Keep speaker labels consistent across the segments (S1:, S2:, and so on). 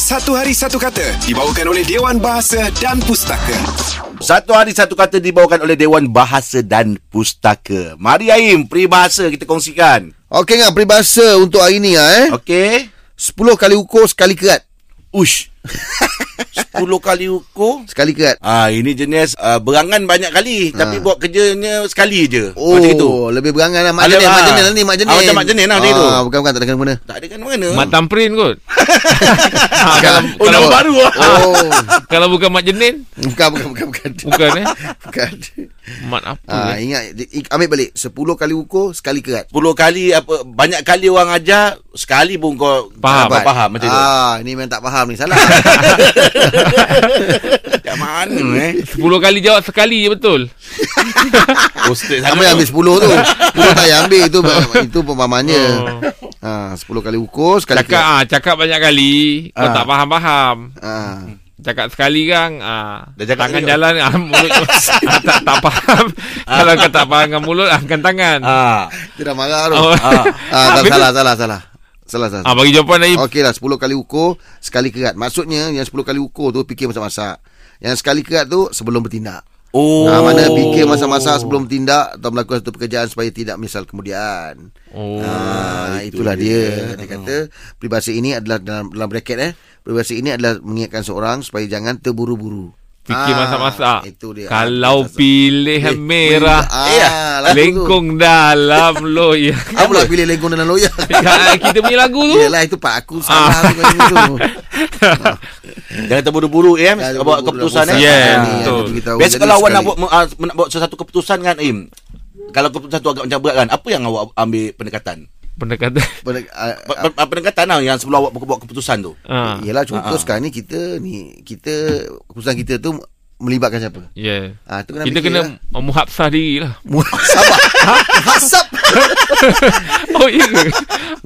S1: Satu Hari Satu Kata dibawakan oleh Dewan Bahasa dan Pustaka.
S2: Satu hari satu kata dibawakan oleh Dewan Bahasa dan Pustaka. Mari Aim, peribahasa kita kongsikan.
S3: Okey ngah peribahasa untuk hari ni ah eh.
S2: Okey.
S3: 10 kali ukur sekali kerat.
S2: Ush. 10 kali ukur.
S3: Sekali kerat.
S2: Ah ini jenis uh, berangan banyak kali ha. tapi buat kerjanya sekali je.
S3: Ah. Oh,
S2: Macam itu.
S3: lebih berangan lah. Mak
S2: Ada
S3: jenis,
S2: lah.
S3: mak jenis lah ni, mak jenis.
S2: Ah, macam mak jenis lah, macam itu.
S3: Bukan, bukan, tak ada kena-mengena.
S2: Tak ada kan mana?
S3: Hmm.
S4: Mat Tamrin kot
S3: Ah, kalau,
S2: oh, nama baru ah.
S3: Oh,
S4: Kalau bukan Mat Jenin
S3: bukan, bukan, bukan, bukan.
S4: Bukan eh
S3: Bukan.
S4: Mat apa
S3: Ah,
S4: eh?
S3: ingat, di- ik- ambil balik. 10 kali ukur, sekali kerat.
S2: 10 kali apa banyak kali orang ajar sekali pun kau
S4: Faham.
S2: tak faham macam tu.
S3: Ah, ni memang tak faham ni. Salah.
S2: Macam mana eh?
S4: 10 kali jawab sekali je betul
S2: Oh, straight
S3: Kamu yang ambil 10 tu. 10 tak payah ambil. Itu, itu pemahamannya.
S2: Oh.
S3: Ah, 10 kali ukur, sekali
S4: Cakap
S3: kerat.
S4: ah, cakap banyak kali Kau
S3: Ah.
S4: tak faham-faham
S3: Ah.
S4: Cakap sekali kan ah,
S2: Dah cakap
S4: Tangan
S2: sekali
S4: jalan ah, mulut, ah, tak, tak faham
S3: Ah.
S4: Kalau kau tak faham dengan mulut Angkat tangan
S2: Ah.
S3: Dia dah marah tu.
S4: Oh.
S3: Ah,
S4: Ah,
S3: tak,
S4: betul.
S3: salah, salah, salah. Salah, salah.
S4: ah, Bagi jawapan lagi
S3: Okey lah 10 kali ukur Sekali kerat Maksudnya Yang 10 kali ukur tu Fikir masak-masak Yang sekali kerat tu Sebelum bertindak
S2: Oh.
S3: oh. ha, Mana fikir masak-masak Sebelum bertindak Atau melakukan satu pekerjaan Supaya tidak misal kemudian
S4: oh.
S3: ha, Itulah dia Dia kata Peribahasa ini adalah Dalam, dalam bracket eh Peribahasa ini adalah Mengingatkan seorang Supaya jangan terburu-buru Ah,
S4: Fikir masak-masak
S3: Itu dia
S4: Kalau
S3: Masak-masak.
S4: pilihan merah
S3: ah,
S2: Eh,
S3: lagu tu.
S4: Lengkung dalam loyang
S3: Apa pula pilih lengkung dalam loyak
S4: Ah, Kita punya lagu tu Ah.
S3: Yelah itu pak aku salah tu kan itu.
S2: Jangan terburu-buru ya
S3: Jangan
S2: Buat
S3: terburu-buru
S2: keputusan
S3: lah,
S2: eh.
S4: bosan. Yeah,
S2: Ah.
S4: betul.
S3: yang perlu kita tahu.
S2: Biasa
S3: Jadi
S2: kalau awak nak
S3: sekali-
S2: buat me- ah, nak buat sesuatu keputusan kan Im. Kalau keputusan tu agak macam berat kan, apa yang awak ambil pendekatan?
S4: Pendekatan
S3: Ber- ah,
S2: Pe- pe- Pendekatan lah yang sebelum awak buat keputusan tu.
S4: ah.
S3: Yelah contoh
S2: Ah, ah.
S3: sekarang ni kita ni kita keputusan kita tu melibatkan siapa?
S4: Yeah.
S3: Ah tu kena
S4: Kita
S3: fikir
S4: kena
S3: lah.
S4: lah. muhasabah diri lah.
S3: muhasabah. Hasab.
S4: Oh iya ke?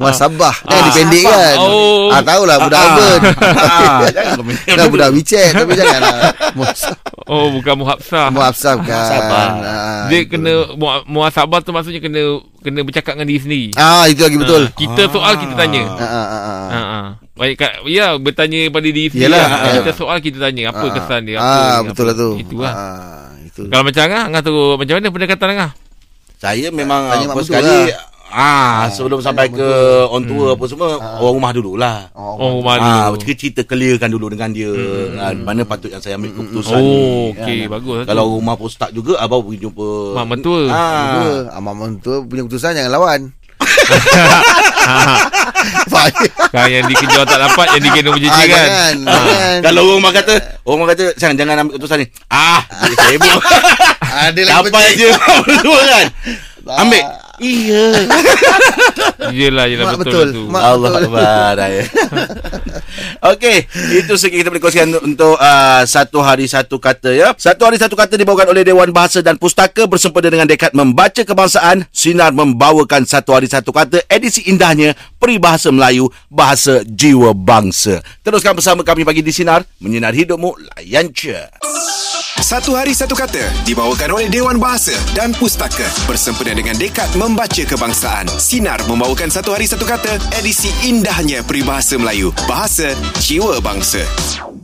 S3: Muhasabah. Dah
S4: Ah.
S3: dipendek kan.
S4: Oh.
S3: Ah tahulah budak
S2: Ah, ah.
S3: urban.
S2: Ah, jangan kau main.
S3: Dah budak WeChat tapi janganlah. Muhasab-
S4: Oh bukan muhasabah.
S3: Muhasab kan.
S2: Muhasabah.
S3: Ah,
S4: Dia
S3: itu.
S4: kena mu- muhasabah tu maksudnya kena kena bercakap dengan diri sendiri.
S3: Ah itu lagi betul.
S4: Ah, kita soal kita tanya.
S3: Ah ah ah. ah.
S4: Ha ah. Baik Kak, ya bertanya pada diri sendiri.
S3: Yelah,
S4: lah.
S3: ah.
S4: Kita soal kita tanya apa
S3: Ah, ah.
S4: kesan dia, apa
S3: Ah
S4: ni,
S3: betul
S4: apa.
S3: lah tu.
S4: Itu lah.
S3: Ah itu.
S4: Kalau macam Angah, Angah tu macam mana pendekatan Angah?
S2: Saya memang
S3: Tanya
S2: ah,
S3: mak
S2: first
S3: mentua
S2: sekali ah sebelum sampai ke orang tua apa semua orang rumah dululah.
S4: Oh, rumah
S2: Ah,
S4: dulu.
S2: cerita clearkan dulu dengan dia ah, mana patut yang saya ambil keputusan.
S4: Oh, okey,
S2: Ah,
S4: bagus lah tu.
S2: Kalau rumah postak juga abang pergi jumpa
S4: Mak mentua.
S2: Ah.
S3: Tua. Ah, mak mentua punya keputusan jangan lawan. Faham?
S4: Kan yang dikejar tak dapat, yang dikena
S3: Ah,
S4: berjejer kan?
S3: jangan, jangan.
S2: Ah, Kalau orang rumah kata Orang rumah kata Sang jangan ambil keputusan ni Ah dia Sibuk
S3: Ada lagi
S2: Dapat
S3: penting.
S2: je Berdua kan Ambil Iya
S4: Yelah, yelah
S3: Mak
S4: betul,
S3: betul.
S4: betul. tu.
S3: Mak-
S2: Allah
S3: betul.
S2: Akbar ayah. Okey Itu sedikit kita boleh kongsikan Untuk uh, Satu hari satu kata ya Satu hari satu kata Dibawakan oleh Dewan Bahasa dan Pustaka Bersempena dengan dekat Membaca Kebangsaan Sinar membawakan Satu hari satu kata Edisi indahnya Peribahasa Melayu Bahasa Jiwa Bangsa Teruskan bersama kami pagi di Sinar Menyinar hidupmu Layan cer
S1: Satu Hari Satu Kata dibawakan oleh Dewan Bahasa dan Pustaka bersempena dengan Dekat Membaca Kebangsaan. Sinar membawakan Satu Hari Satu Kata edisi indahnya peribahasa Melayu, bahasa jiwa bangsa.